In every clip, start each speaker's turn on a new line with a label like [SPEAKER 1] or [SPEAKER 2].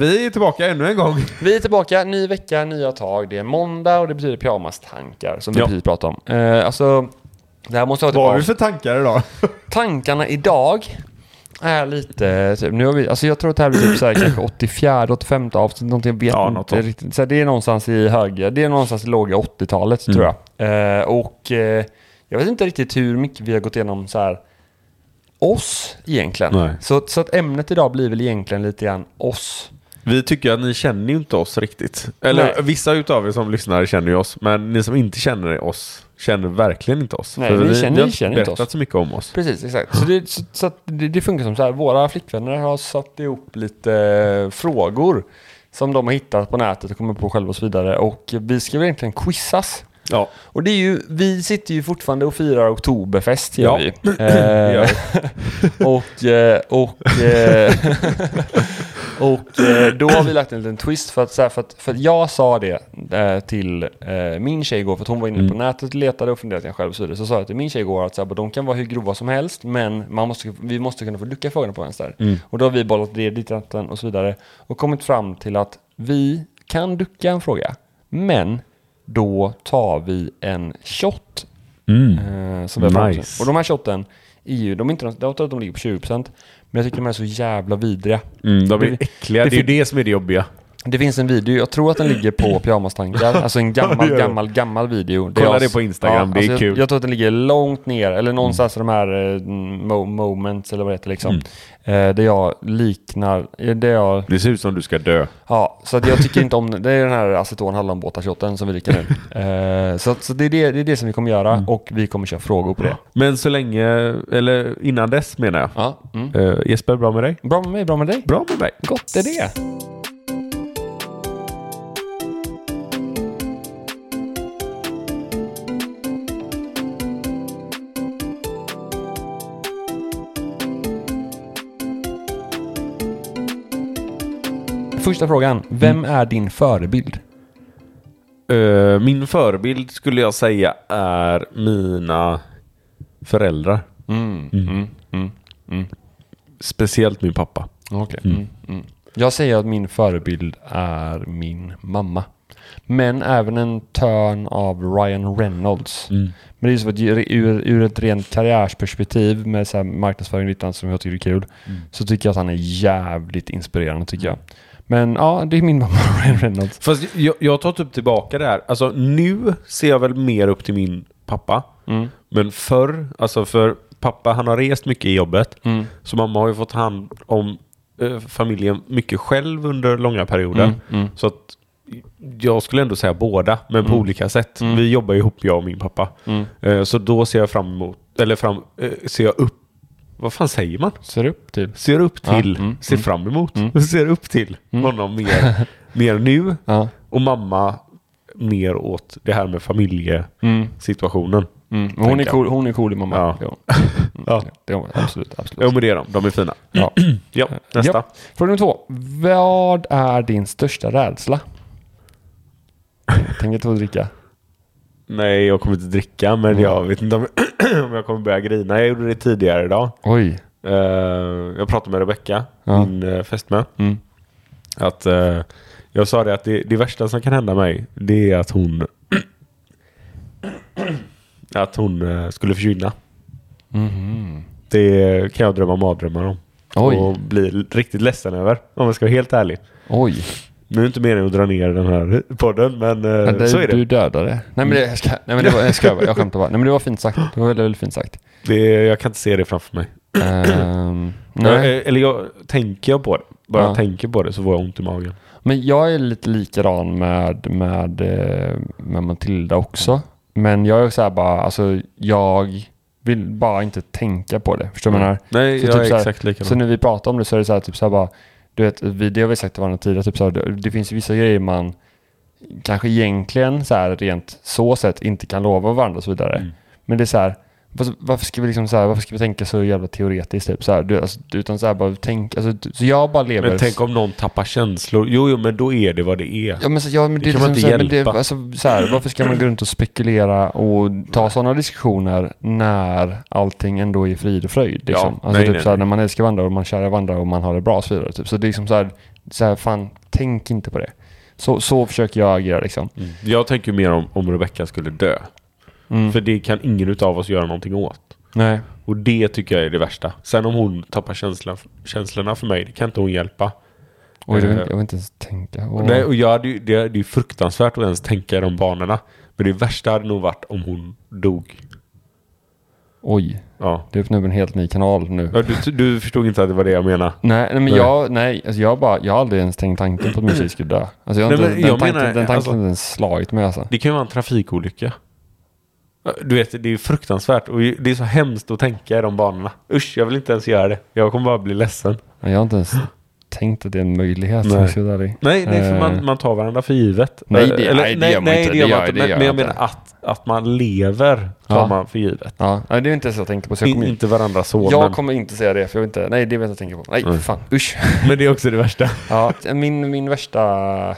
[SPEAKER 1] Vi är tillbaka ännu en gång.
[SPEAKER 2] Vi är tillbaka, ny vecka, nya tag. Det är måndag och det betyder pyjamastankar som vi
[SPEAKER 1] Ja.
[SPEAKER 2] precis pratade om. Eh, alltså, det här måste jag
[SPEAKER 1] Vad har
[SPEAKER 2] ha
[SPEAKER 1] vi
[SPEAKER 2] tillbaka.
[SPEAKER 1] för tankar idag?
[SPEAKER 2] Tankarna idag är lite, typ, nu har vi, alltså jag tror att det här blir typ så här, kanske 84, 85 avsnitt, någonting, jag vet
[SPEAKER 1] Ja, något
[SPEAKER 2] inte
[SPEAKER 1] sånt.
[SPEAKER 2] riktigt. Så här, det är någonstans i höger, det är någonstans i låga
[SPEAKER 1] Mm.
[SPEAKER 2] 80-talet tror jag. Eh, och eh, jag vet inte riktigt hur mycket vi har gått igenom så här oss egentligen.
[SPEAKER 1] Nej.
[SPEAKER 2] Så, så att ämnet idag blir väl egentligen lite grann oss.
[SPEAKER 1] Vi tycker att ni känner ju inte oss riktigt. Eller
[SPEAKER 2] Nej.
[SPEAKER 1] vissa utav er som lyssnar känner ju oss, men ni som inte känner oss känner verkligen inte oss.
[SPEAKER 2] Nej, ni känner-
[SPEAKER 1] ni har
[SPEAKER 2] ni känner inte
[SPEAKER 1] berättat
[SPEAKER 2] oss.
[SPEAKER 1] så mycket om oss.
[SPEAKER 2] Precis, exakt. Så det, så, så att det, det funkar som så här. Våra flickvänner har satt ihop lite eh, frågor som de har hittat på nätet och kommit på själva och så vidare. Och vi ska väl egentligen quizas.
[SPEAKER 1] Ja,
[SPEAKER 2] Och det är ju, vi sitter ju fortfarande och firar oktoberfest gör
[SPEAKER 1] Ja.
[SPEAKER 2] vi.
[SPEAKER 1] det gör
[SPEAKER 2] Eh,
[SPEAKER 1] vi.
[SPEAKER 2] och, eh, och, eh, och eh, då har vi lagt en liten twist för att, så här, för att, för att jag sa det eh, till eh, min tjej igår, för att hon var inne på nätet och letade och funderade till själv och så vidare. Så sa jag till min tjej igår att så här, bara, de kan vara hur grova som helst, men man måste, vi måste kunna få ducka frågorna på ens där.
[SPEAKER 1] Mm.
[SPEAKER 2] Och då har vi bollat det dit ratten och så vidare och kommit fram till att vi kan ducka en fråga, men då tar vi en shot
[SPEAKER 1] Mm.
[SPEAKER 2] Eh, som vi har pratat om.
[SPEAKER 1] Nice.
[SPEAKER 2] Och de här shotten är ju, de är inte, de- jag tror att de ligger på 20% men jag tycker de här är så jävla vidriga.
[SPEAKER 1] Mm, de är
[SPEAKER 2] Det-
[SPEAKER 1] äckliga. Det,
[SPEAKER 2] det
[SPEAKER 1] är ju det som är det jobbiga.
[SPEAKER 2] Det finns en video, jag tror att den ligger på pyjamastankar, alltså en
[SPEAKER 1] Ja, det
[SPEAKER 2] gammal,
[SPEAKER 1] gör den.
[SPEAKER 2] gammal, gammal video.
[SPEAKER 1] Kolla
[SPEAKER 2] jag- alltså,
[SPEAKER 1] det på Instagram, det är
[SPEAKER 2] jag-
[SPEAKER 1] kul. Mm.
[SPEAKER 2] Jag tror att den ligger långt ner, eller någonstans i de här eh, mo- moments eller vad det heter liksom.
[SPEAKER 1] Mm.
[SPEAKER 2] Eh, där jag liknar, eh, där jag
[SPEAKER 1] Det ser ut som du ska dö.
[SPEAKER 2] Ja, så att jag tycker inte om det. är den här aceton hallonbåtar som vi dricker nu. Eh, så att, så det, är det, det är det som vi kommer göra och vi kommer köra frågor på det.
[SPEAKER 1] Men så länge, eller innan dess menar jag.
[SPEAKER 2] Ja, mm.
[SPEAKER 1] Eh, Jesper, bra med dig?
[SPEAKER 2] Bra med mig, bra med dig.
[SPEAKER 1] Bra med mig.
[SPEAKER 2] Gott är det. Första frågan. Vem är din förebild?
[SPEAKER 1] Eh, min förebild skulle jag säga är mina föräldrar. Speciellt min pappa.
[SPEAKER 2] Okej. Mm. Mm. Jag säger att min förebild är min mamma. Men även en törn av Ryan Reynolds.
[SPEAKER 1] Mm.
[SPEAKER 2] Men det är så att ju- ur, ur ett rent karriärsperspektiv med så här marknadsföring och lite annat som jag tycker är kul.
[SPEAKER 1] Mm.
[SPEAKER 2] Så tycker jag att han är jävligt inspirerande tycker jag. Men ja, det är min mamma Ryan Reynolds.
[SPEAKER 1] Fast jag, jag tar typ tillbaka det här. Alltså nu ser jag väl mer upp till min pappa. Men förr, alltså för pappa han har rest mycket i jobbet. Så mamma har ju fått hand om eh, familjen mycket själv under långa perioder.
[SPEAKER 2] Mm,
[SPEAKER 1] Så att jag skulle ändå säga båda, men på olika sätt. Vi jobbar ihop jag och min pappa.
[SPEAKER 2] Mm.
[SPEAKER 1] Eh, så då ser jag fram emot, eller fram, eh, ser jag upp, vad fan säger man?
[SPEAKER 2] Ser upp typ.
[SPEAKER 1] Ser upp till, ser fram emot, ser upp till honom mer, mer nu.
[SPEAKER 2] Ja.
[SPEAKER 1] Och mamma mer åt det här med familjesituationen.
[SPEAKER 2] Mm. men Hon, är
[SPEAKER 1] Tänker.
[SPEAKER 2] cool, hon är cool i mamma.
[SPEAKER 1] Ja.
[SPEAKER 2] Jo.
[SPEAKER 1] Ja.
[SPEAKER 2] Det är hon, absolut, absolut.
[SPEAKER 1] Jo men det är de, de är fina.
[SPEAKER 2] Ja.
[SPEAKER 1] Ja, nästa.
[SPEAKER 2] Ja. Fråga nummer två. Vad är din största rädsla? Tänk inte att dricka.
[SPEAKER 1] Nej, jag kommer inte dricka men jag vet inte om, om jag kommer börja grina. Jag gjorde det tidigare idag.
[SPEAKER 2] Oj.
[SPEAKER 1] Eh, jag pratade med Rebecca,
[SPEAKER 2] Ja.
[SPEAKER 1] min uh, fästmö.
[SPEAKER 2] Mm.
[SPEAKER 1] Att, eh, jag sa det att det, det värsta som kan hända mig, det är att hon att hon eh, skulle försvinna.
[SPEAKER 2] Mhm.
[SPEAKER 1] Det kan jag drömma mardrömmar om.
[SPEAKER 2] Oj.
[SPEAKER 1] Och bli l- riktigt ledsen över, om jag ska vara helt ärlig.
[SPEAKER 2] Oj.
[SPEAKER 1] Nu är det inte meningen att dra ner den här podden, men eh,
[SPEAKER 2] Ja, det-
[SPEAKER 1] så är det. Mm.
[SPEAKER 2] Du dödade. Nej men det, jag ska, nej, men det var, jag, ska, jag skämtar bara. Nej men det var fint sagt. Det var väldigt, väldigt fint sagt.
[SPEAKER 1] det. Jag kan inte se det framför mig.
[SPEAKER 2] Ehm, nej.
[SPEAKER 1] Jag, eh, eller jag, tänker jag på det, bara
[SPEAKER 2] Ja.
[SPEAKER 1] jag tänker på det så får jag ont i magen.
[SPEAKER 2] Men jag är lite likadan med, med, eh, med Matilda också. Men jag är så här bara, alltså jag vill bara inte tänka på det. Förstår du vad
[SPEAKER 1] Mm.
[SPEAKER 2] jag menar?
[SPEAKER 1] Nej,
[SPEAKER 2] Så
[SPEAKER 1] jag
[SPEAKER 2] typ
[SPEAKER 1] är
[SPEAKER 2] så här-
[SPEAKER 1] exakt likadan.
[SPEAKER 2] Så när vi pratar om det så är det så här, typ så här bara, du vet, vi, det har vi sagt till varandra tidigare, typ så här, det, det finns ju vissa grejer man
[SPEAKER 1] Mm.
[SPEAKER 2] kanske egentligen så här rent så sett inte kan lova varandra och så vidare. Men det är så här, Fast Varför ska vi liksom så här, varför ska vi tänka så jävla teoretiskt typ så här, du, alltså, utan så här bara tänk, alltså, du- så jag bara lever.
[SPEAKER 1] Men tänk om någon tappar känslor. Jo, jo, men då är det vad det är.
[SPEAKER 2] Ja men, så, ja, men det,
[SPEAKER 1] Det
[SPEAKER 2] är
[SPEAKER 1] kan man
[SPEAKER 2] liksom
[SPEAKER 1] inte
[SPEAKER 2] så här, men det,
[SPEAKER 1] hjälpa.
[SPEAKER 2] alltså, så här, Varför ska man gå runt och spekulera och ta sådana diskussioner när allting ändå är frid och fröjd? Liksom?
[SPEAKER 1] Ja,
[SPEAKER 2] alltså,
[SPEAKER 1] nej,
[SPEAKER 2] typ
[SPEAKER 1] nej,
[SPEAKER 2] så här,
[SPEAKER 1] nej.
[SPEAKER 2] när man älskar varandra och man kärar varandra och man har det bra och så vidare. Typ. Så det är liksom så här, så här, fan tänk inte på det. Så, så försöker jag agera liksom.
[SPEAKER 1] Mm. Jag tänker ju mer om, om Rebecca skulle dö.
[SPEAKER 2] Mm.
[SPEAKER 1] För det kan ingen utav oss göra någonting åt.
[SPEAKER 2] Nej.
[SPEAKER 1] Och det tycker jag är det värsta. Sen om hon tappar känslan, känslorna för mig, det kan inte hon hjälpa.
[SPEAKER 2] Oj, jag,
[SPEAKER 1] Eh.
[SPEAKER 2] vill, jag vill inte ens tänka.
[SPEAKER 1] Och
[SPEAKER 2] Åh.
[SPEAKER 1] Nej, och jag hade ju, det, det är ju fruktansvärt att ens tänka i de banorna. Men det värsta hade nog varit om hon dog.
[SPEAKER 2] Oj,
[SPEAKER 1] Ja.
[SPEAKER 2] det öppnar upp en helt ny kanal nu.
[SPEAKER 1] Ja, Du, du förstod inte att det var det jag menade.
[SPEAKER 2] Nej, nej men
[SPEAKER 1] Eh. Nej.
[SPEAKER 2] jag, nej, alltså jag, bara, jag har aldrig ens tänkt tanken på att min tjej skulle dö. Alltså jag har
[SPEAKER 1] Nej,
[SPEAKER 2] inte,
[SPEAKER 1] men
[SPEAKER 2] den,
[SPEAKER 1] jag
[SPEAKER 2] tanken,
[SPEAKER 1] menar,
[SPEAKER 2] den tanken
[SPEAKER 1] alltså-
[SPEAKER 2] har inte ens slagit mig alltså.
[SPEAKER 1] Det kan ju vara en trafikolycka. Du vet, det är ju fruktansvärt och det är så hemskt att tänka i de banorna. Usch, jag vill inte ens göra det. Jag kommer bara bli ledsen.
[SPEAKER 2] Jag har inte ens tänkt att det är en möjlighet.
[SPEAKER 1] Nej.
[SPEAKER 2] om jag ska vara ärlig.
[SPEAKER 1] Nej, nej för man,
[SPEAKER 2] Eh,
[SPEAKER 1] man tar varandra för givet.
[SPEAKER 2] Nej, det-
[SPEAKER 1] Eh,
[SPEAKER 2] nej, det gör man inte.
[SPEAKER 1] det gör
[SPEAKER 2] Det
[SPEAKER 1] man
[SPEAKER 2] gör-
[SPEAKER 1] inte.
[SPEAKER 2] det
[SPEAKER 1] Men,
[SPEAKER 2] gör
[SPEAKER 1] men jag
[SPEAKER 2] jag
[SPEAKER 1] menar att, att man lever tar
[SPEAKER 2] Ja.
[SPEAKER 1] man för givet.
[SPEAKER 2] Ja, nej, det är inte ens jag tänker på. Så jag
[SPEAKER 1] In,
[SPEAKER 2] kommer,
[SPEAKER 1] inte varandra så,
[SPEAKER 2] jag
[SPEAKER 1] men,
[SPEAKER 2] kommer inte säga det, för jag vill inte, nej det vet jag inte tänka på. Nej,
[SPEAKER 1] Nej.
[SPEAKER 2] fan, usch.
[SPEAKER 1] men det är också det värsta.
[SPEAKER 2] Ja, eh, min, min värsta...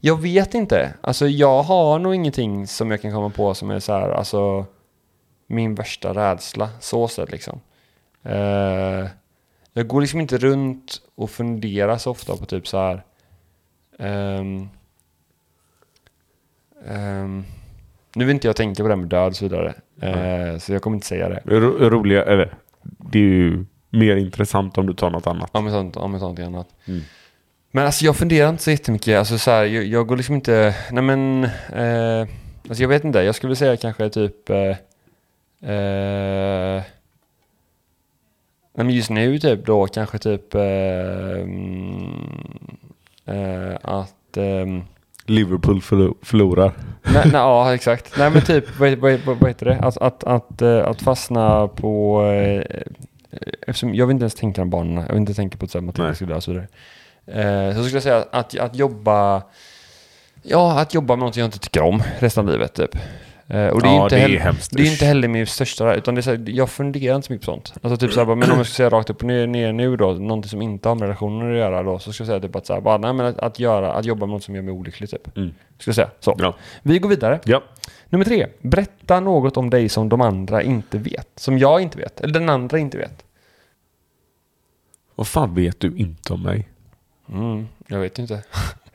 [SPEAKER 2] Jag vet inte. Alltså jag har nog ingenting som jag kan komma på som är så här, alltså min värsta rädsla, så sett liksom. Eh, jag går liksom inte runt och funderar så ofta på typ så här. ehm, ehm, nu vill inte jag tänka på det här med död och så vidare. Eh, Så jag kommer inte säga det.
[SPEAKER 1] Ro, roliga, eller det är ju mer intressant om du tar något annat.
[SPEAKER 2] Om sånt, om sånt annat.
[SPEAKER 1] Mm.
[SPEAKER 2] Men alltså jag funderar inte så jättemycket. Alltså så här, jag, jag går liksom inte... Nej men... Eh, alltså jag vet inte. Jag skulle säga kanske typ... Eh, eh, nej men just nu typ då kanske typ... Eh, mm, eh, att... ehm,
[SPEAKER 1] Liverpool förlo- förlorar.
[SPEAKER 2] nej, nej, ja, exakt. Nej, men typ, vad, vad, vad, vad heter det? Att, att, att, eh, att fastna på... Eh, eftersom jag vill inte ens tänka om barnen. Jag vill inte tänka på att så här, Matilda
[SPEAKER 1] Nej.
[SPEAKER 2] skulle dö och så vidare. Eh, så skulle jag säga att, att jobba... Ja, att jobba med något jag inte tycker om resten av livet typ. Eh, och det är
[SPEAKER 1] Ja,
[SPEAKER 2] inte
[SPEAKER 1] det är
[SPEAKER 2] heller,
[SPEAKER 1] hemskt.
[SPEAKER 2] Det är inte heller min största... Utan det är så här, jag funderar inte så mycket på sånt. Alltså typ så här, bara, men om jag ska säga rakt upp och ner, ner nu då, någonting som inte har med relationer att göra då, så skulle jag säga typ att, så här, bara, nej, men att, att, göra, att jobba med något som gör mig olycklig typ.
[SPEAKER 1] Mm.
[SPEAKER 2] Skulle jag säga. Så.
[SPEAKER 1] Ja.
[SPEAKER 2] Vi går vidare.
[SPEAKER 1] ja.
[SPEAKER 2] Nummer tre. Berätta något om dig som de andra inte vet. Som jag inte vet. Eller den andra inte vet.
[SPEAKER 1] Vad fan vet du inte om mig?
[SPEAKER 2] Mm, jag vet ju inte.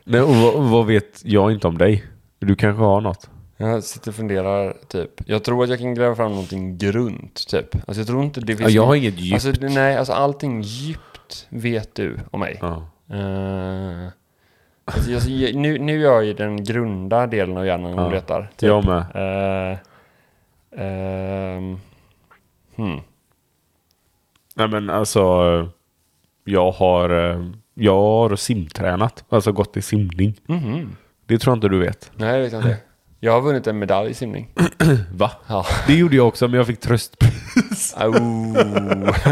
[SPEAKER 1] Nej, och vad, vad vet jag inte om dig? Du kanske har något?
[SPEAKER 2] Jag sitter och funderar typ. Jag tror att jag kan gräva fram någonting grunt typ. Alltså jag tror inte det
[SPEAKER 1] Ja,
[SPEAKER 2] finns...
[SPEAKER 1] jag har inget djup.
[SPEAKER 2] Alltså, nej, alltså allting djupt vet du om mig.
[SPEAKER 1] ja.
[SPEAKER 2] Eh, alltså, jag, nu, nu är jag i den grunda delen av hjärnan och
[SPEAKER 1] Ja.
[SPEAKER 2] letar. Typ.
[SPEAKER 1] Jag med.
[SPEAKER 2] Eh, ehm, hmm.
[SPEAKER 1] Nej men alltså. eh, Jag har, eh, jag har simtränat. Alltså gått i simning.
[SPEAKER 2] Mhm.
[SPEAKER 1] Det tror jag inte du vet.
[SPEAKER 2] Nej, jag vet inte. Jag har vunnit en medalj i simning.
[SPEAKER 1] Va?
[SPEAKER 2] Ja.
[SPEAKER 1] Det gjorde jag också men jag fick tröstpris.
[SPEAKER 2] Au.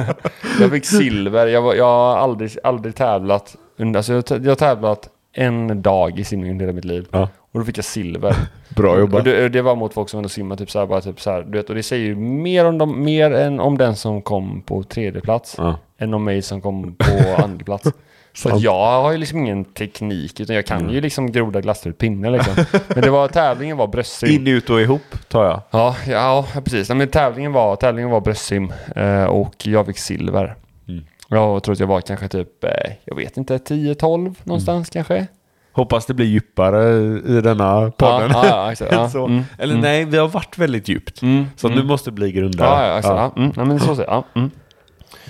[SPEAKER 2] jag fick silver. Jag, var, jag har aldrig, aldrig tävlat. under- Alltså jag, har tä- jag har tävlat en dag i simning under hela mitt liv.
[SPEAKER 1] Ja.
[SPEAKER 2] Och då fick jag silver.
[SPEAKER 1] Bra
[SPEAKER 2] och
[SPEAKER 1] jobbat.
[SPEAKER 2] det, och det var mot folk som ändå simmar typ så här, bara typ så här, du vet, Och det säger ju mer, om dem, mer än om den som kom på tredje plats.
[SPEAKER 1] Ja.
[SPEAKER 2] Än om mig som kom på andra plats. Så att jag har ju liksom ingen teknik. Utan jag kan
[SPEAKER 1] Mm.
[SPEAKER 2] ju liksom groda glassar ur pinne liksom. Men det var, tävlingen var bröstsim.
[SPEAKER 1] In, ut och ihop tar jag.
[SPEAKER 2] Ja, ja ja, precis. Nej, men tävlingen var, tävlingen var bröstsim eh, och jag fick silver.
[SPEAKER 1] Mm.
[SPEAKER 2] Jag tror att jag var kanske typ, eh, jag vet inte, 10-12 någonstans kanske.
[SPEAKER 1] Hoppas det blir djupare i denna podden.
[SPEAKER 2] Ja, ja, ja, exakt, ja.
[SPEAKER 1] så.
[SPEAKER 2] Mm,
[SPEAKER 1] Eller nej, vi har varit väldigt djupt.
[SPEAKER 2] Mm,
[SPEAKER 1] Så nu måste det bli grundare.
[SPEAKER 2] Ja, ja, exakt. Ja. Mm, nej, men så ser jag. Ja, mm.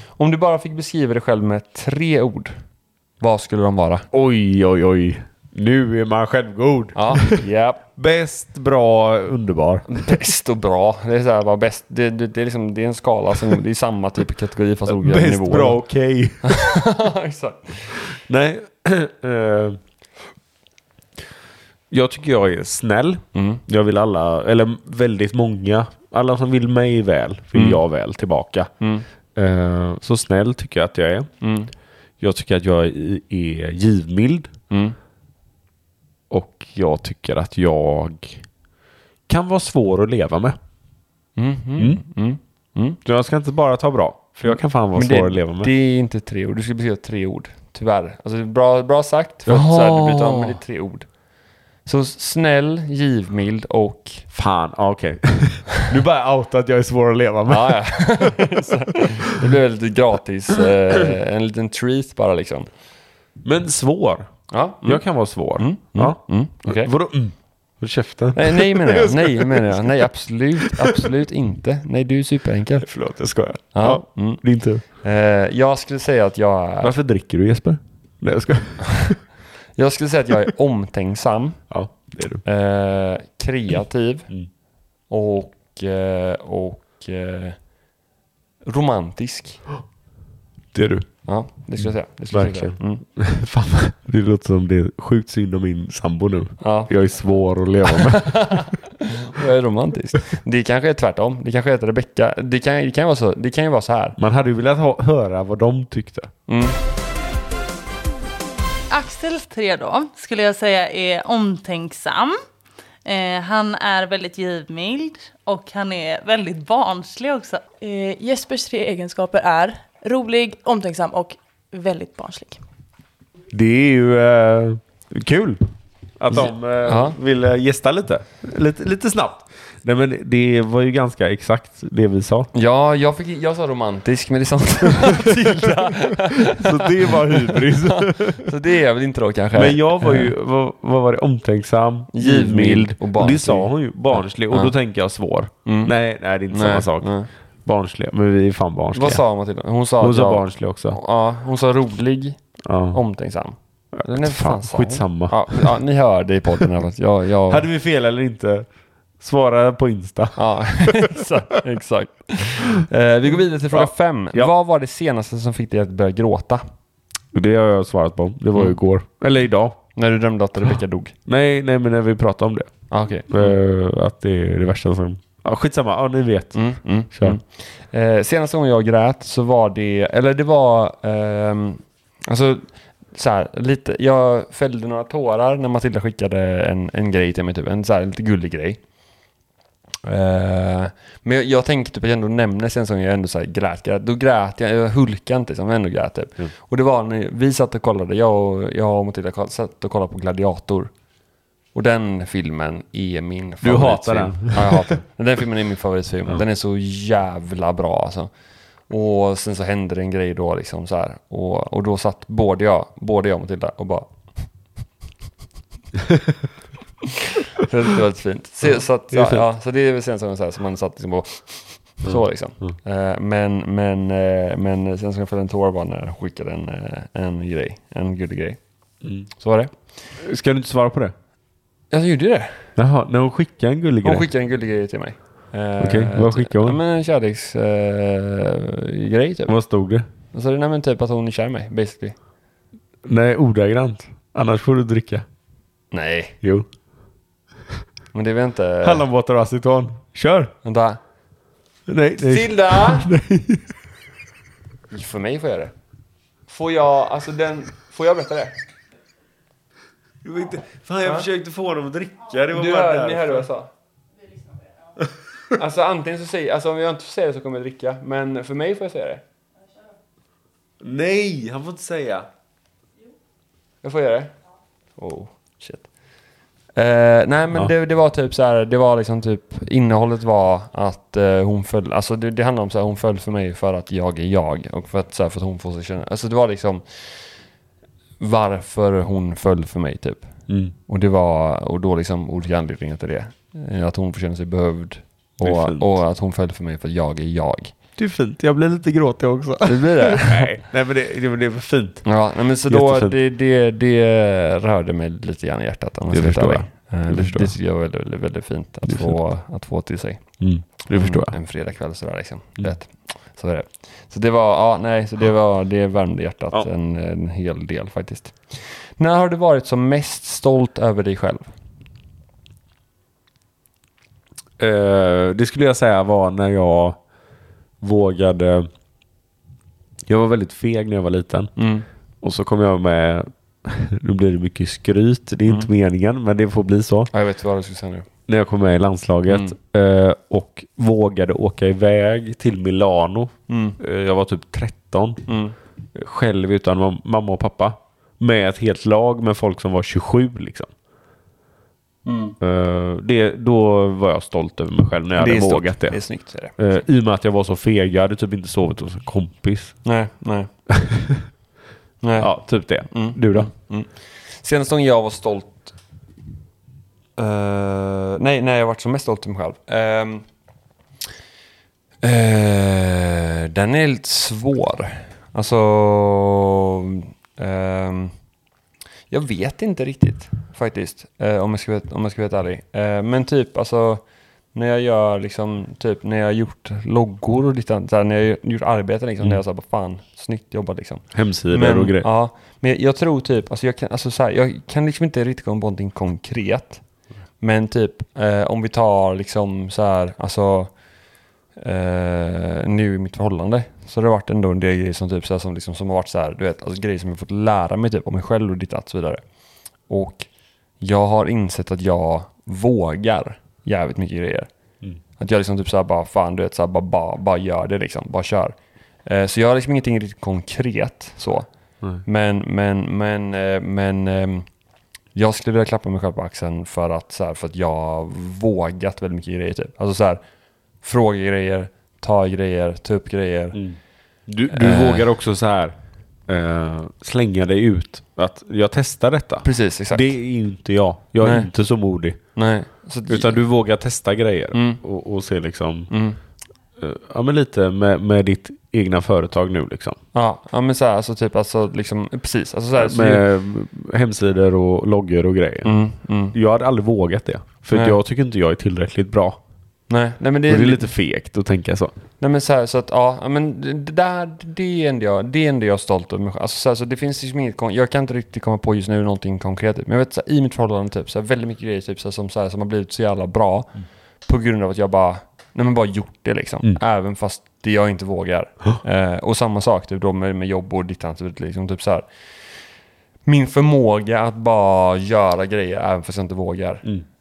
[SPEAKER 2] Om du bara fick beskriva dig själv med tre ord, vad skulle de vara?
[SPEAKER 1] Oj, oj, oj. Nu är man självgod.
[SPEAKER 2] Ja, japp.
[SPEAKER 1] Bäst, bra, underbar.
[SPEAKER 2] Bäst och bra. Det är så här, bara bäst. Det, det, det, är liksom, det är en skala som, det är samma typ av kategori fast olika
[SPEAKER 1] Bäst,
[SPEAKER 2] nivåer.
[SPEAKER 1] bra, okej.
[SPEAKER 2] exakt.
[SPEAKER 1] Nej. eh, jag tycker jag är snäll.
[SPEAKER 2] Mm.
[SPEAKER 1] Jag vill alla, eller väldigt många. Alla som vill mig väl, vill jag väl tillbaka.
[SPEAKER 2] Mm.
[SPEAKER 1] Eh, så snäll tycker jag att jag är.
[SPEAKER 2] Mm.
[SPEAKER 1] Jag tycker att jag i- är givmild.
[SPEAKER 2] Mm.
[SPEAKER 1] Och jag tycker att jag kan vara svår att leva med.
[SPEAKER 2] Mm-hmm.
[SPEAKER 1] Mm. Så Jag ska inte bara ta bra, för jag kan fan vara
[SPEAKER 2] Men
[SPEAKER 1] svår
[SPEAKER 2] det,
[SPEAKER 1] att leva med.
[SPEAKER 2] det är inte tre ord. Du ska beskriva tre ord. Tyvärr. Alltså, bra, bra sagt. För att
[SPEAKER 1] Jaha.
[SPEAKER 2] så här, du bryter om, men det är tre ord. Så snäll, givmild och...
[SPEAKER 1] Fan, ja, okej. du bara outar att jag är svår att leva med.
[SPEAKER 2] Ja, ja. Så, det blev lite gratis. Eh, en liten treat bara liksom.
[SPEAKER 1] Men svår.
[SPEAKER 2] Ja,
[SPEAKER 1] Jag kan vara svår. Ja.
[SPEAKER 2] mm, okej.
[SPEAKER 1] Vadå mm? Håll käften.
[SPEAKER 2] Nej, nej menar jag. Nej menar jag. Nej absolut, absolut inte. Nej du är superenkel.
[SPEAKER 1] Förlåt, jag skojar.
[SPEAKER 2] Ja. Mm.
[SPEAKER 1] Din tur.
[SPEAKER 2] Eh, jag skulle säga att jag är,
[SPEAKER 1] Varför dricker du Jesper? Nej, jag skojar.
[SPEAKER 2] jag skulle säga att jag är omtänksam,
[SPEAKER 1] Ja, det är du.
[SPEAKER 2] eh, kreativ
[SPEAKER 1] Mm.
[SPEAKER 2] och, eh, och eh, romantisk.
[SPEAKER 1] Det är du.
[SPEAKER 2] Ja, det skulle jag säga. Det skulle jag säga.
[SPEAKER 1] Verkligen.
[SPEAKER 2] Mm.
[SPEAKER 1] Fan, det låter som det är sjukt synd om min sambo nu.
[SPEAKER 2] Ja,
[SPEAKER 1] Jag är svår att leva med.
[SPEAKER 2] jag är romantisk. Det kanske är tvärtom. Det kanske heter Rebecka. Det kan, det kan, vara, så, det kan ju vara så här.
[SPEAKER 1] Man hade ju velat ha, höra vad de tyckte.
[SPEAKER 2] Mm.
[SPEAKER 3] Axels tre då skulle jag säga är omtänksam. Eh, han är väldigt givmild och han är väldigt barnslig också.
[SPEAKER 4] Eh, Jespers tre egenskaper är rolig, omtänksam och väldigt barnslig.
[SPEAKER 1] Det är ju eh, kul att de eh,
[SPEAKER 2] Ja.
[SPEAKER 1] ville gästa lite. lite. Lite snabbt. Nej men det var ju ganska exakt det vi sa.
[SPEAKER 2] Ja, jag, fick, jag sa romantisk, men det är sant.
[SPEAKER 1] Så det var hybris.
[SPEAKER 2] Så det är jag väl inte då kanske.
[SPEAKER 1] men jag var ju, vad, vad var det, omtänksam,
[SPEAKER 2] Givmild och barnslig.
[SPEAKER 1] Det sa hon ju, barnslig. Och
[SPEAKER 2] Ja.
[SPEAKER 1] då
[SPEAKER 2] Mm.
[SPEAKER 1] tänker jag svår. Nej, nej det är inte samma sak.
[SPEAKER 2] nej.
[SPEAKER 1] Barnslig, men vi är fan barnsliga.
[SPEAKER 2] Vad sa Matilda? Hon sa,
[SPEAKER 1] Hon
[SPEAKER 2] att
[SPEAKER 1] sa
[SPEAKER 2] jag-
[SPEAKER 1] barnslig också.
[SPEAKER 2] Ja, hon sa rolig,
[SPEAKER 1] Ja.
[SPEAKER 2] omtänksam. Eller nej, vad
[SPEAKER 1] Fan,
[SPEAKER 2] sa hon?
[SPEAKER 1] skitsamma.
[SPEAKER 2] Ja, ja, ni hörde i podden i alla fall. Jag, jag...
[SPEAKER 1] Hade vi fel eller inte? Svara på Insta.
[SPEAKER 2] Ja, exakt. exakt. Eh, vi går vidare till fråga fem.
[SPEAKER 1] Ja.
[SPEAKER 2] Vad var det senaste som fick dig att börja gråta?
[SPEAKER 1] Det har jag svarat på. Det
[SPEAKER 2] Mm.
[SPEAKER 1] var ju igår. Eller idag.
[SPEAKER 2] När du drömde att Rebecka dog?
[SPEAKER 1] Nej, nej men när vi pratade om det.
[SPEAKER 2] Ah, okay.
[SPEAKER 1] Eh, att det är det värsta som... Ja, skitsamma. Ja, ni vet.
[SPEAKER 2] Mm, mm,
[SPEAKER 1] Kör.
[SPEAKER 2] mm. Eh, senaste gången jag grät så var det, eller det var, ehm, alltså så här, lite, jag fällde några tårar när Matilda skickade en, en grej till mig, typ, en så här, lite gullig grej. Eh, men jag, jag tänkte typ, att jag ändå nämner sen som jag ändå så här grät, grät, då grät jag, jag hulkade inte liksom, men ändå grät typ.
[SPEAKER 1] Mm.
[SPEAKER 2] Och det var när vi satt och kollade, jag och, jag och Matilda koll- satt och kollade på Gladiator. Och den filmen är min
[SPEAKER 1] Du
[SPEAKER 2] favoritfilm.
[SPEAKER 1] hatar den.
[SPEAKER 2] Ja, jag hatar den. Den filmen är min favoritfilm. Den är så jävla bra alltså. Och sen så hände det en grej då liksom så här. Och, och då satt både jag, både jag och Matilda och bara... det var väldigt fint. Så, så, att,
[SPEAKER 1] det är fint. Mm.
[SPEAKER 2] Ja, så det är väl senaste gången så här som man satt liksom och... Så liksom. Eh, men, men, eh, men sen så följde en tår bara när jag skickade en, eh, en grej. En gullig grej.
[SPEAKER 1] Mm.
[SPEAKER 2] Så var det.
[SPEAKER 1] Ska du inte svara på det?
[SPEAKER 2] Jag gjorde ju det.
[SPEAKER 1] Jaha, när hon skickade en gullig
[SPEAKER 2] Hon
[SPEAKER 1] grej.
[SPEAKER 2] skickade en gullig grej till mig. Eh,
[SPEAKER 1] Okej, vad skickade hon? Mm.
[SPEAKER 2] Ja, men en kärleksgrej eh, grej typ.
[SPEAKER 1] Vad stod det?
[SPEAKER 2] Alltså, nej, men typ att hon är kär i mig basically.
[SPEAKER 1] Nej, ordagrant. Annars får du dricka.
[SPEAKER 2] Nej,
[SPEAKER 1] Jo.
[SPEAKER 2] men det är väl inte...
[SPEAKER 1] Hallonbåtar och aceton. Kör!
[SPEAKER 2] Vänta.
[SPEAKER 1] Nej, nej.
[SPEAKER 2] Tilda! För mig får jag det. Får jag, alltså den, får jag berätta det?
[SPEAKER 1] Det var inte- Fan, jag försökte få honom att dricka. Det var
[SPEAKER 2] Du
[SPEAKER 1] bara
[SPEAKER 2] hör,
[SPEAKER 1] där.
[SPEAKER 2] ni hörde vad jag sa? Alltså antingen så säger, alltså om jag inte säger det så kommer jag dricka, men för mig får jag säga det.
[SPEAKER 1] Nej, han får inte säga.
[SPEAKER 2] Jag får göra det? Oh, shit. Eh, nej men
[SPEAKER 1] Ja.
[SPEAKER 2] det, det var typ så här, det var liksom typ innehållet var att eh, hon föll, alltså det, det handlar om så här, hon föll för mig för att jag är jag och för att, så här, för att hon får sig känna, alltså det var liksom varför hon föll för mig typ.
[SPEAKER 1] Mm.
[SPEAKER 2] Och det var, och då liksom olika anledningar till det. Eh, Att hon får känna sig behövd
[SPEAKER 1] är
[SPEAKER 2] och,
[SPEAKER 1] fint.
[SPEAKER 2] och att hon föll för mig för att jag är jag.
[SPEAKER 1] Det är fint. Jag blir lite gråtig också.
[SPEAKER 2] Det blir det.
[SPEAKER 1] nej, nej, men det, det, det var fint.
[SPEAKER 2] Ja, nej, men så då,
[SPEAKER 1] Jättefint.
[SPEAKER 2] det, det, det rörde mig lite grann i hjärtat. Om jag
[SPEAKER 1] Det
[SPEAKER 2] ska vara
[SPEAKER 1] förstår
[SPEAKER 2] ärlig. Eh,
[SPEAKER 1] Det
[SPEAKER 2] Det,
[SPEAKER 1] förstår
[SPEAKER 2] det
[SPEAKER 1] jag.
[SPEAKER 2] tycker jag var väldigt, väldigt, väldigt fint att
[SPEAKER 1] Det är
[SPEAKER 2] få, att få till sig.
[SPEAKER 1] Det förstår jag. Mm.
[SPEAKER 2] En fredagkväll sådär liksom. Rätt. Så är det. Så det var, ja nej, så det var, det värmde hjärtat
[SPEAKER 1] Ja.
[SPEAKER 2] en, en hel del faktiskt. När har du varit som mest stolt över dig själv?
[SPEAKER 1] Eh, det skulle jag säga var när jag vågade... Jag var väldigt feg när jag var liten. Och så kom jag
[SPEAKER 2] Mm.
[SPEAKER 1] med... Nu blir det mycket skryt. Det är inte meningen, men det får bli så.
[SPEAKER 2] Ja, jag vet vad du skulle säga nu.
[SPEAKER 1] när jag kom med i landslaget
[SPEAKER 2] Mm.
[SPEAKER 1] eh, och vågade åka iväg till Milano. Eh, jag var typ 13. Själv utan mam- mamma och pappa. Med ett helt lag med folk som var 27 liksom. Eh, det, då var jag stolt över mig själv när jag hade
[SPEAKER 2] stort.
[SPEAKER 1] vågat det.
[SPEAKER 2] Det är snyggt. Är det.
[SPEAKER 1] Eh, I och med att jag var så feg, jag hade typ inte sovit hos en kompis.
[SPEAKER 2] Nej, nej. nej. Mm.
[SPEAKER 1] Ja, typ det. Du då?
[SPEAKER 2] Senaste gången jag var stolt... Eh, nej, när jag varit som mest stolt över mig själv. Ehm, eh, den är lite svår. Alltså... ehm, jag vet inte riktigt faktiskt, eh, om, jag ska, vara- om jag ska vara helt ärlig. Eh, men typ alltså... När jag gör liksom, typ när jag har gjort loggor och lite annat, så här, när jag har gjort arbete liksom, när jag sa, fan, snyggt jobbat liksom.
[SPEAKER 1] Hemsidor
[SPEAKER 2] Men,
[SPEAKER 1] och grejer.
[SPEAKER 2] Ja, men jag tror typ, alltså jag kan, alltså så här, jag kan liksom inte riktigt komma på någonting konkret. Men typ eh, om vi tar liksom så här, alltså eh, nu i mitt förhållande så har det varit ändå en del grejer som, typ, så här, som, liksom, som har varit så här, du vet, alltså grejer som jag fått lära mig typ om mig själv och ditt och så vidare. Och jag har insett att jag vågar jävligt mycket grejer. Att jag liksom typ såhär bara, fan du vet, såhär, bara, bara, bara gör det liksom, bara kör. Eh, så jag har liksom ingenting riktigt konkret så. Men, men, men, eh, men ehm, jag skulle vilja klappa mig själv på axeln för att, så här, för att jag har vågat väldigt mycket grejer typ. Alltså så här, fråga grejer, ta grejer, ta upp grejer.
[SPEAKER 1] Mm. Du, du vågar också så här eh, slänga dig ut. Att jag testar detta.
[SPEAKER 2] Precis, exakt.
[SPEAKER 1] Det är ju inte jag. Jag är
[SPEAKER 2] Nej.
[SPEAKER 1] inte så modig.
[SPEAKER 2] Nej. Så, att-
[SPEAKER 1] Utan du vågar testa grejer
[SPEAKER 2] Mm.
[SPEAKER 1] och, och se liksom. eh, ja men lite med, med ditt egna företag nu liksom.
[SPEAKER 2] ja, ja, men så här, alltså typ, alltså liksom, precis. Alltså så här, så ju-
[SPEAKER 1] med hemsidor och loggor och grejer.
[SPEAKER 2] mm, mm.
[SPEAKER 1] Jag hade aldrig vågat det. För
[SPEAKER 2] Nej.
[SPEAKER 1] jag tycker inte jag är tillräckligt bra.
[SPEAKER 2] Nej, nej, men det
[SPEAKER 1] Det
[SPEAKER 2] är,
[SPEAKER 1] är, det är lite fegt att tänka så.
[SPEAKER 2] Nej men så här, så att ja, ja, men det det där, det är ändå jag, det är ändå jag är stolt över mig själv. Alltså så, här, så det finns liksom inget, kon- jag kan inte riktigt komma på just nu någonting konkret. Men jag vet så här, i mitt förhållande typ, så här, väldigt mycket grejer typ så här, som så här, som har blivit så jävla bra.
[SPEAKER 1] Mm.
[SPEAKER 2] På grund av att jag bara, nej men bara gjort det liksom. Även fast det jag inte vågar. Eh, och samma sak typ då med, med jobb och ditt annat typ, liksom typ så här. Min förmåga att bara göra grejer även fast jag inte vågar.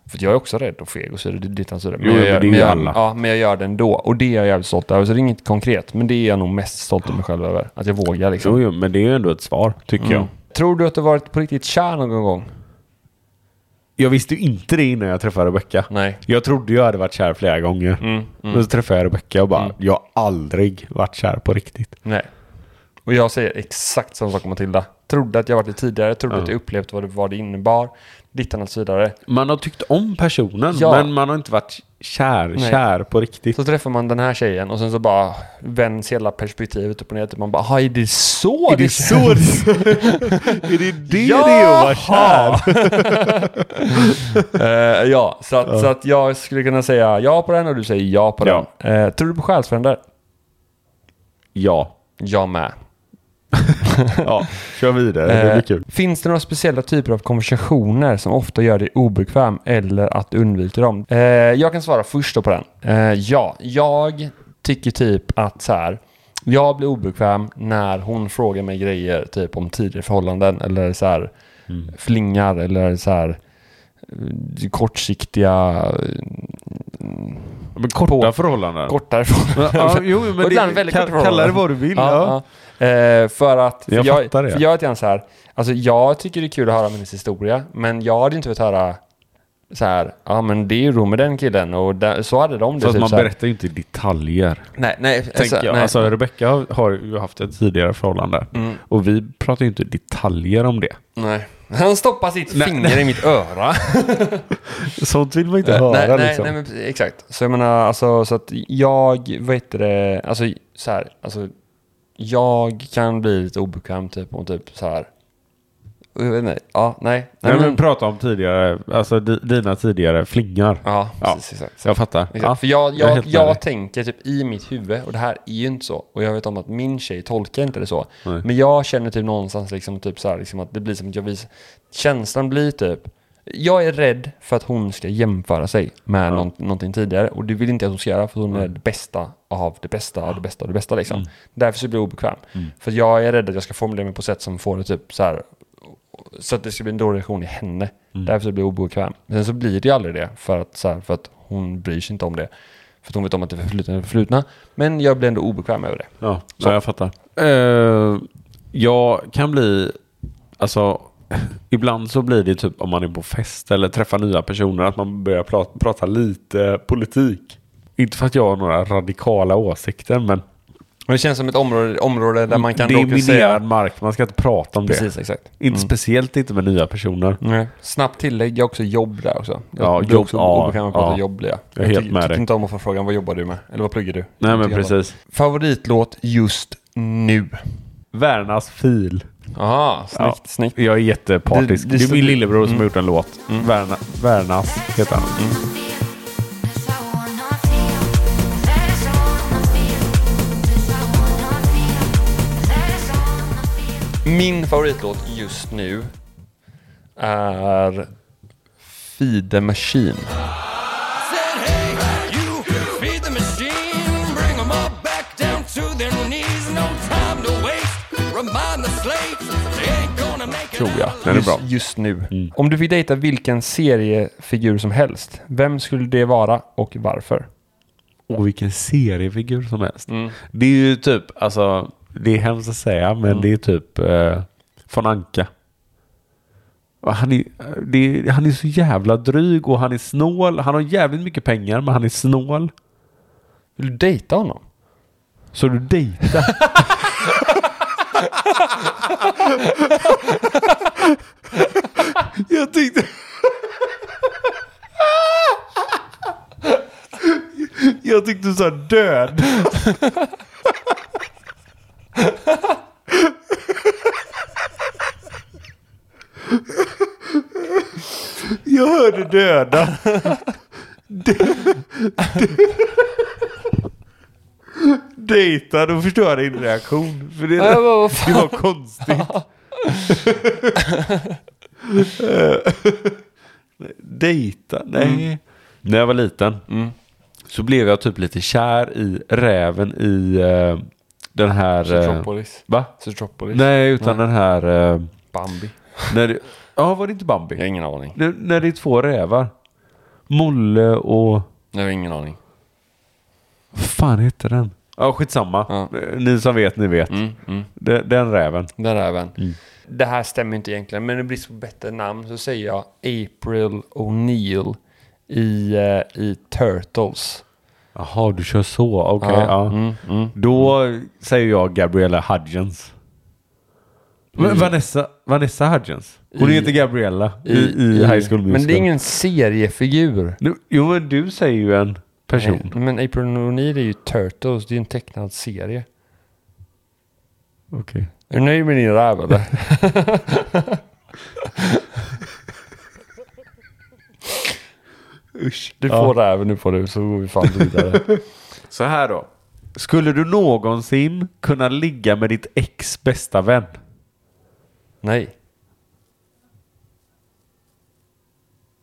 [SPEAKER 2] För att jag är också rädd och feg och så är det ditt ansvar.
[SPEAKER 1] Mm. Jo, men det är ju
[SPEAKER 2] men jag,
[SPEAKER 1] alla.
[SPEAKER 2] Ja, men jag gör det ändå. Och det är jag jävligt stolt över. Så det är inget konkret, men det är jag nog mest stolt över mig själv över. Att jag vågar liksom. Mm.
[SPEAKER 1] Jo, jo, men det är ju ändå ett svar tycker jag.
[SPEAKER 2] Tror du att du varit på riktigt kär någon gång?
[SPEAKER 1] Jag visste ju inte det innan jag träffade Rebecca.
[SPEAKER 2] Nej.
[SPEAKER 1] Jag trodde jag hade varit kär flera gånger. Men så träffade jag Rebecca och bara, jag har aldrig varit kär på riktigt.
[SPEAKER 2] Nej. Och jag säger exakt samma sak om Matilda. Trodde att jag varit det tidigare, trodde att jag upplevt vad det, vad det innebar. Dittan och så vidare.
[SPEAKER 1] Man har tyckt om personen,
[SPEAKER 2] Ja.
[SPEAKER 1] men man har inte varit kär,
[SPEAKER 2] Nej.
[SPEAKER 1] kär på riktigt.
[SPEAKER 2] Så träffar man den här tjejen och sen så bara vänds hela perspektivet upp och ner. Typ man bara, "Aha, är det så
[SPEAKER 1] Är det så det... är det det det är att vara kär?
[SPEAKER 2] Jaha! Eh, ja, så att, så att jag skulle kunna säga ja på den och du säger ja på
[SPEAKER 1] Ja.
[SPEAKER 2] den. Eh, tror du på själsfränder?
[SPEAKER 1] Ja.
[SPEAKER 2] Jag med.
[SPEAKER 1] ja, kör vidare. Det blir
[SPEAKER 2] Eh,
[SPEAKER 1] kul.
[SPEAKER 2] Finns det några speciella typer av konversationer som ofta gör dig obekväm eller att du undviker dem? Eh, jag kan svara först då på den. Eh, ja, jag tycker typ att så här. Jag blir obekväm när hon frågar mig grejer typ om tidigare förhållanden eller så här
[SPEAKER 1] Mm.
[SPEAKER 2] flingar eller så här eh, kortsiktiga, eh,
[SPEAKER 1] Men korta
[SPEAKER 2] på-
[SPEAKER 1] förhållanden.
[SPEAKER 2] kortare förhållanden.
[SPEAKER 1] Ja, jo, men
[SPEAKER 2] Och
[SPEAKER 1] det,
[SPEAKER 2] ibland väldigt korta
[SPEAKER 1] kall, kalla det
[SPEAKER 2] förhållanden.
[SPEAKER 1] vad du vill. Ja,
[SPEAKER 2] Ja, ja. Eh, för att för
[SPEAKER 1] Jag
[SPEAKER 2] jag,
[SPEAKER 1] fattar det.
[SPEAKER 2] För jag är gärna så här, alltså jag tycker det är kul att höra om hennes historia, men jag hade inte velat höra så här, ja men det är ju då med den killen och där, så hade de det.
[SPEAKER 1] Fast
[SPEAKER 2] typ
[SPEAKER 1] man
[SPEAKER 2] så här.
[SPEAKER 1] berättar ju inte detaljer.
[SPEAKER 2] Nej, nej.
[SPEAKER 1] Tänker
[SPEAKER 2] alltså,
[SPEAKER 1] jag.
[SPEAKER 2] nej.
[SPEAKER 1] Alltså, Rebecca har, har ju haft ett tidigare förhållande.
[SPEAKER 2] Mm.
[SPEAKER 1] Och vi pratar ju inte detaljer om det.
[SPEAKER 2] nej. Han stoppar sitt
[SPEAKER 1] Nej,
[SPEAKER 2] finger i mitt öra.
[SPEAKER 1] Sånt vill man inte
[SPEAKER 2] Eh,
[SPEAKER 1] höra
[SPEAKER 2] nej, nej,
[SPEAKER 1] liksom.
[SPEAKER 2] nej, men precis, exakt. Så jag menar, alltså, så att jag, vad heter det, alltså så här, alltså jag kan bli lite obekväm typ om typ så här. Jag vet inte, ja, nej.
[SPEAKER 1] Nej, men, prata om tidigare, alltså di, dina tidigare flingar.
[SPEAKER 2] Ja,
[SPEAKER 1] Ja.
[SPEAKER 2] precis, exakt.
[SPEAKER 1] Jag fattar.
[SPEAKER 2] Exakt.
[SPEAKER 1] Ja,
[SPEAKER 2] För jag,
[SPEAKER 1] är
[SPEAKER 2] jag,
[SPEAKER 1] helt med
[SPEAKER 2] jag
[SPEAKER 1] dig.
[SPEAKER 2] tänker typ i mitt huvud, och det här är ju inte så, och jag vet om att min tjej tolkar inte det så,
[SPEAKER 1] Nej.
[SPEAKER 2] men jag känner typ någonstans liksom, typ så här, liksom att det blir som att jag visar, känslan blir typ, jag är rädd för att hon ska jämföra sig med någon, någonting tidigare, och det vill inte jag att hon ska göra, för hon
[SPEAKER 1] Mm.
[SPEAKER 2] är det bästa av det bästa av det bästa av det bästa liksom. Därför så blir jag obekväm.
[SPEAKER 1] Mm.
[SPEAKER 2] För jag är rädd att jag ska formulera mig på sätt som får det typ så här, så att det ska bli en dålig reaktion i henne.
[SPEAKER 1] Mm.
[SPEAKER 2] Därför så blir jag obekväm. Sen så blir det ju aldrig det för att, så här, för att hon bryr sig inte om det. För att hon vet om att det är förflutna, förflutna. Men jag blir ändå obekväm över det.
[SPEAKER 1] Ja, så jag fattar. Eh, jag kan bli, alltså ibland så blir det typ om man är på fest eller träffar nya personer att man börjar pra- prata lite politik. Inte för att jag har några radikala åsikter men
[SPEAKER 2] Men det känns som ett område, område där man kan
[SPEAKER 1] det är
[SPEAKER 2] råka
[SPEAKER 1] minerad
[SPEAKER 2] säga...
[SPEAKER 1] mark, man ska inte prata om
[SPEAKER 2] Precis, exakt.
[SPEAKER 1] det. Inte Speciellt inte med nya personer.
[SPEAKER 2] Nej. Mm. Snabbt tillägg, jag har också jobb där också. Jag
[SPEAKER 1] Ja,
[SPEAKER 2] blir
[SPEAKER 1] jobb,
[SPEAKER 2] också
[SPEAKER 1] ja,
[SPEAKER 2] obekväm med att prata
[SPEAKER 1] ja.
[SPEAKER 2] jobb blir jag.
[SPEAKER 1] Jag är helt
[SPEAKER 2] tycker-
[SPEAKER 1] med
[SPEAKER 2] tycker
[SPEAKER 1] dig.
[SPEAKER 2] inte om att få frågan vad jobbar du med? Eller vad pluggar du?
[SPEAKER 1] Nej
[SPEAKER 2] Jag
[SPEAKER 1] men
[SPEAKER 2] tycker jag
[SPEAKER 1] precis.
[SPEAKER 2] om. Favoritlåt just nu?
[SPEAKER 1] Värnas fil.
[SPEAKER 2] Aha, snyggt,
[SPEAKER 1] Ja.
[SPEAKER 2] snyggt.
[SPEAKER 1] Jag är jättepartisk.
[SPEAKER 2] Det- det Mm.
[SPEAKER 1] Det, är
[SPEAKER 2] stod-
[SPEAKER 1] min lillebror som har gjort en låt. Värna, Värnas heter han.
[SPEAKER 2] Mm. Min favoritlåt just nu är Feed the Machine.
[SPEAKER 5] said, hey, you feed the machine, bring 'em all back down to their knees. No time to waste. Remind the slaves they ain't gonna make it.
[SPEAKER 2] Tror jag.
[SPEAKER 1] Den är
[SPEAKER 2] just,
[SPEAKER 1] bra.
[SPEAKER 2] just nu. Om du fick dejta vilken seriefigur som helst, vem skulle det vara och varför?
[SPEAKER 1] Och vilken seriefigur som helst.
[SPEAKER 2] Mm.
[SPEAKER 1] Det är ju typ, alltså, det är hemskt att säga, men
[SPEAKER 2] Mm.
[SPEAKER 1] det är typ eh, von Anka. Och Han är, det är, han är så jävla dryg och han är snål. Han har jävligt mycket pengar, men han är snål.
[SPEAKER 2] Vill du dejta honom?
[SPEAKER 1] Så du dejtar. Jag tyckte... Jag tyckte du sa död. Jag hörde döda. Dejta, då förstår jag din reaktion. För det,
[SPEAKER 2] Ja, vad- vad
[SPEAKER 1] det var konstigt. Dejta? Nej. Mm. När jag var liten så blev jag typ lite kär i räven i eh, den här... eh,
[SPEAKER 2] Zootropolis.
[SPEAKER 1] va?
[SPEAKER 2] Zootropolis.
[SPEAKER 1] Nej, utan den här... eh,
[SPEAKER 2] Bambi.
[SPEAKER 1] när det, ja, var det inte Bambi?
[SPEAKER 2] Jag har ingen aning.
[SPEAKER 1] När, när det är två rävar. Molle och...
[SPEAKER 2] Jag har ingen aning.
[SPEAKER 1] Vad fan heter den? Ja, skitsamma.
[SPEAKER 2] Ja.
[SPEAKER 1] Eh, Ni som vet, ni vet.
[SPEAKER 2] Mm, mm.
[SPEAKER 1] Den, den räven.
[SPEAKER 2] Den räven.
[SPEAKER 1] Mm.
[SPEAKER 2] Det här stämmer inte egentligen, men i brist på bättre namn så säger jag April O'Neill i, eh, i Turtles.
[SPEAKER 1] Jaha, du kör så. Okej,
[SPEAKER 2] Ja,
[SPEAKER 1] ja.
[SPEAKER 2] mm, mm.
[SPEAKER 1] Då säger jag Gabriella Hudgens. Men Vanessa, Vanessa Hudgens? Hon
[SPEAKER 2] I-
[SPEAKER 1] heter Gabriella i, i, High School Musical.
[SPEAKER 2] Men det är ingen seriefigur.
[SPEAKER 1] Nu, jo, men du säger ju en person.
[SPEAKER 2] Nej, Men April O'Neill är ju Turtles, det är ju en tecknad serie.
[SPEAKER 1] Okej.
[SPEAKER 2] Är du nöjd med din räv eller? Usch, du får räven nu får du så går vi fan vidare.
[SPEAKER 1] Så här då. Skulle du någonsin kunna ligga med ditt ex bästa vän?
[SPEAKER 2] Nej.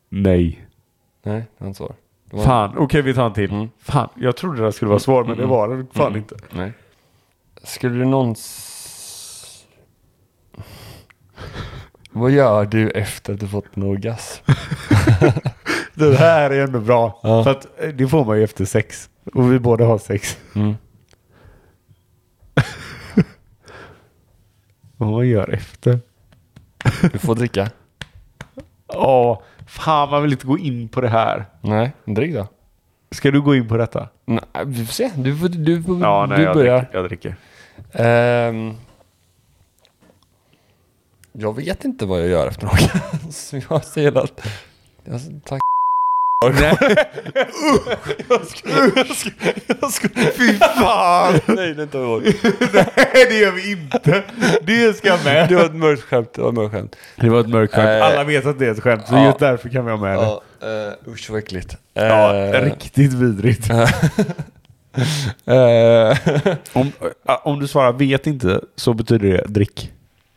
[SPEAKER 1] Nej.
[SPEAKER 2] Nej, det var inte svar. Det var-
[SPEAKER 1] Fan, okej vi tar en till. Fan, jag trodde det här skulle vara svår men det var det fan inte.
[SPEAKER 2] Nej. Skulle du någons... Vad gör du efter att du fått en orgasm?
[SPEAKER 1] Det här är ändå bra.
[SPEAKER 2] Ja.
[SPEAKER 1] För att eh, det får man ju efter sex. Och vi båda har sex. Vad man gör efter?
[SPEAKER 2] Du får dricka.
[SPEAKER 1] Ja, fan man vill inte gå in på det här.
[SPEAKER 2] Nej, drick då.
[SPEAKER 1] Ska du gå in på detta? Mm,
[SPEAKER 2] Nej, vi får se. Du, får, du, får, du börjar.
[SPEAKER 1] jag dricker.
[SPEAKER 2] Ehm, jag vet inte vad jag gör efter en orgasm. Jag ser att... Jag, tack.
[SPEAKER 1] Fy fan!
[SPEAKER 2] Nej, det är inte vad jag-
[SPEAKER 1] Nej, det gör vi inte. Det ska med.
[SPEAKER 2] Det var ett mörkt skämt. Det var ett mörkt skämt.
[SPEAKER 1] Det var ett mörkt skämt.
[SPEAKER 2] Eh,
[SPEAKER 1] Alla vet att det är ett skämt, så
[SPEAKER 2] ja.
[SPEAKER 1] just därför kan vi ha med det.
[SPEAKER 2] Ja, eh, usch vad äckligt.
[SPEAKER 1] Ja,
[SPEAKER 2] Eh,
[SPEAKER 1] riktigt vidrigt.
[SPEAKER 2] eh,
[SPEAKER 1] Om, eh, om du svarar vet inte så betyder det drick.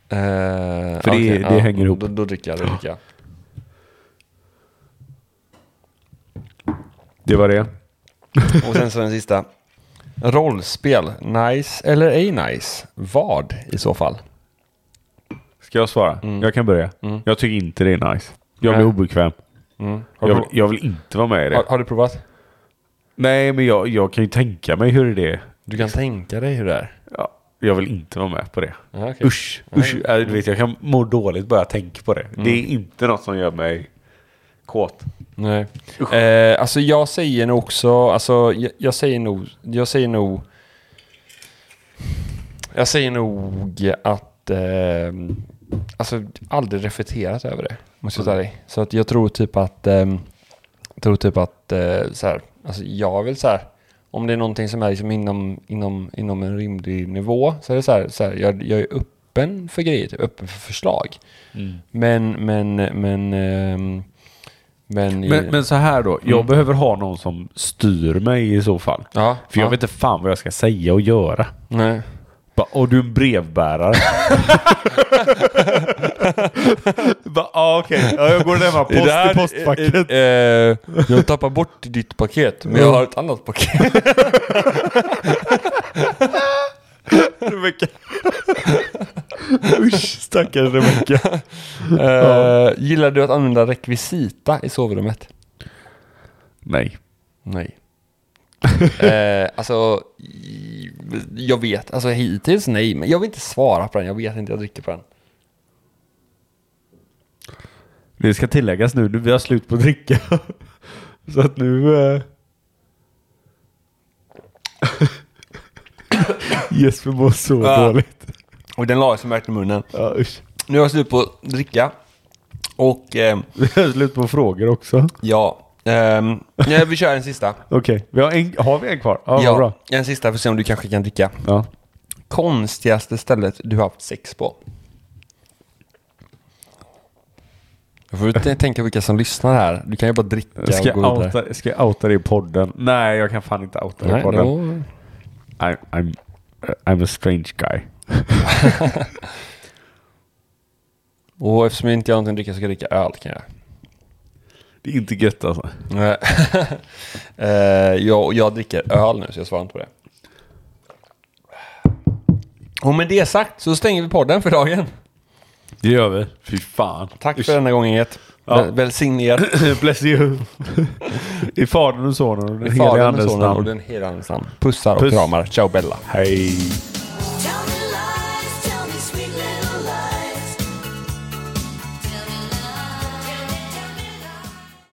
[SPEAKER 2] För
[SPEAKER 1] det- det hänger ihop.
[SPEAKER 2] Eh, Då, då dricker jag, då dricker jag.
[SPEAKER 1] Det var det.
[SPEAKER 2] Och sen så den sista. Rollspel, nice eller ej nice? Vad i så fall?
[SPEAKER 1] Ska jag svara? Jag kan börja. Jag tycker inte det är nice. Jag
[SPEAKER 2] Mm. Nej. Mm.
[SPEAKER 1] blir obekväm.
[SPEAKER 2] Har,
[SPEAKER 1] Jag
[SPEAKER 2] du,
[SPEAKER 1] vill, jag vill inte vara med i det.
[SPEAKER 2] har, har du provat?
[SPEAKER 1] Nej, men jag, jag kan ju tänka mig hur det är.
[SPEAKER 2] Du kan tänka dig hur det är.
[SPEAKER 1] Ja, jag vill inte vara med på det.
[SPEAKER 2] Ja, Mm. okej.
[SPEAKER 1] Usch, usch. Ja, du vet, jag kan må dåligt bara jag tänker på det. Det är inte något som gör mig kåt.
[SPEAKER 2] Nej. Eh, alltså jag säger nog också, alltså jag, jag säger nog, jag säger nog, jag säger nog att, eh, alltså aldrig reflekterat över det, måste jag säga dig. Så att jag tror typ att, ehm, jag tror typ att, eh, så här, alltså jag vill så här, om det är någonting som är liksom inom, inom, inom en rimlig nivå så är det så här, så här jag, jag är öppen för grejer, typ, öppen för förslag. Mm. Men, men, men, ehm, men,
[SPEAKER 1] Men, men så här då, jag behöver ha någon som styr mig i så fall.
[SPEAKER 2] Mm. Ja,
[SPEAKER 1] För
[SPEAKER 2] ja.
[SPEAKER 1] jag vet inte fan vad jag ska säga och göra.
[SPEAKER 2] Nej.
[SPEAKER 1] Bara, och du är en brevbärare. Bara, ah, okej. Ja, jag går och lämnar post i postfacket.
[SPEAKER 2] Eh, jag tappar bort ditt paket, men jag har ett annat paket.
[SPEAKER 1] Rebecka. Usch, stackars Rebecka.
[SPEAKER 2] Eh, gillar du att använda rekvisita i sovrummet?
[SPEAKER 1] Nej.
[SPEAKER 2] Nej. eh, alltså, i- jag vet. Alltså hittills nej, men jag vill inte svara på den. Jag vet inte, jag dricker på den.
[SPEAKER 1] Det ska tilläggas nu, nu vi har slut på att dricka. Så att nu... Eh... Jesper mår så
[SPEAKER 2] Ja.
[SPEAKER 1] dåligt.
[SPEAKER 2] Och den la jag som värt i munnen.
[SPEAKER 1] Ah. Ja, usch.
[SPEAKER 2] Nu har jag slut på att dricka. Och eh,
[SPEAKER 1] Vi har slut på frågor också.
[SPEAKER 2] ja, ehm, nej, vi kör en sista.
[SPEAKER 1] Okej, vi har, en, har vi en kvar? Ja, vad bra.
[SPEAKER 2] ja, en sista för att se om du kanske kan dricka.
[SPEAKER 1] Ja.
[SPEAKER 2] konstigaste stället du har haft sex på? Jag får t- tänka vilka som lyssnar här. Du kan ju bara dricka
[SPEAKER 1] Ska,
[SPEAKER 2] och gå
[SPEAKER 1] jag
[SPEAKER 2] vidare.
[SPEAKER 1] outa, ska jag outa det i podden? Nej, jag kan fan inte outa det i
[SPEAKER 2] Nej,
[SPEAKER 1] podden.
[SPEAKER 2] då-
[SPEAKER 1] I'm, I'm, I'm a strange guy.
[SPEAKER 2] Och eftersom jag inte har någonting att dricka så kan jag dricka öl kan jag.
[SPEAKER 1] Det är inte gött alltså.
[SPEAKER 2] Nej. Eh, jag, jag dricker öl nu så jag svarar inte på det. Och med det sagt så stänger vi podden för dagen.
[SPEAKER 1] Det gör vi. Fy fan.
[SPEAKER 2] Tack för denna gången Get.
[SPEAKER 1] Ja.
[SPEAKER 2] Väl- Välsigne er.
[SPEAKER 1] Bless you. I Fadern och Sonen och den helige
[SPEAKER 2] Fadern,
[SPEAKER 1] Andens
[SPEAKER 2] Sonen och
[SPEAKER 1] namn.
[SPEAKER 2] den helige Andens namn. Pussar och
[SPEAKER 1] Puss.
[SPEAKER 2] kramar. Ciao Bella.
[SPEAKER 1] Hej.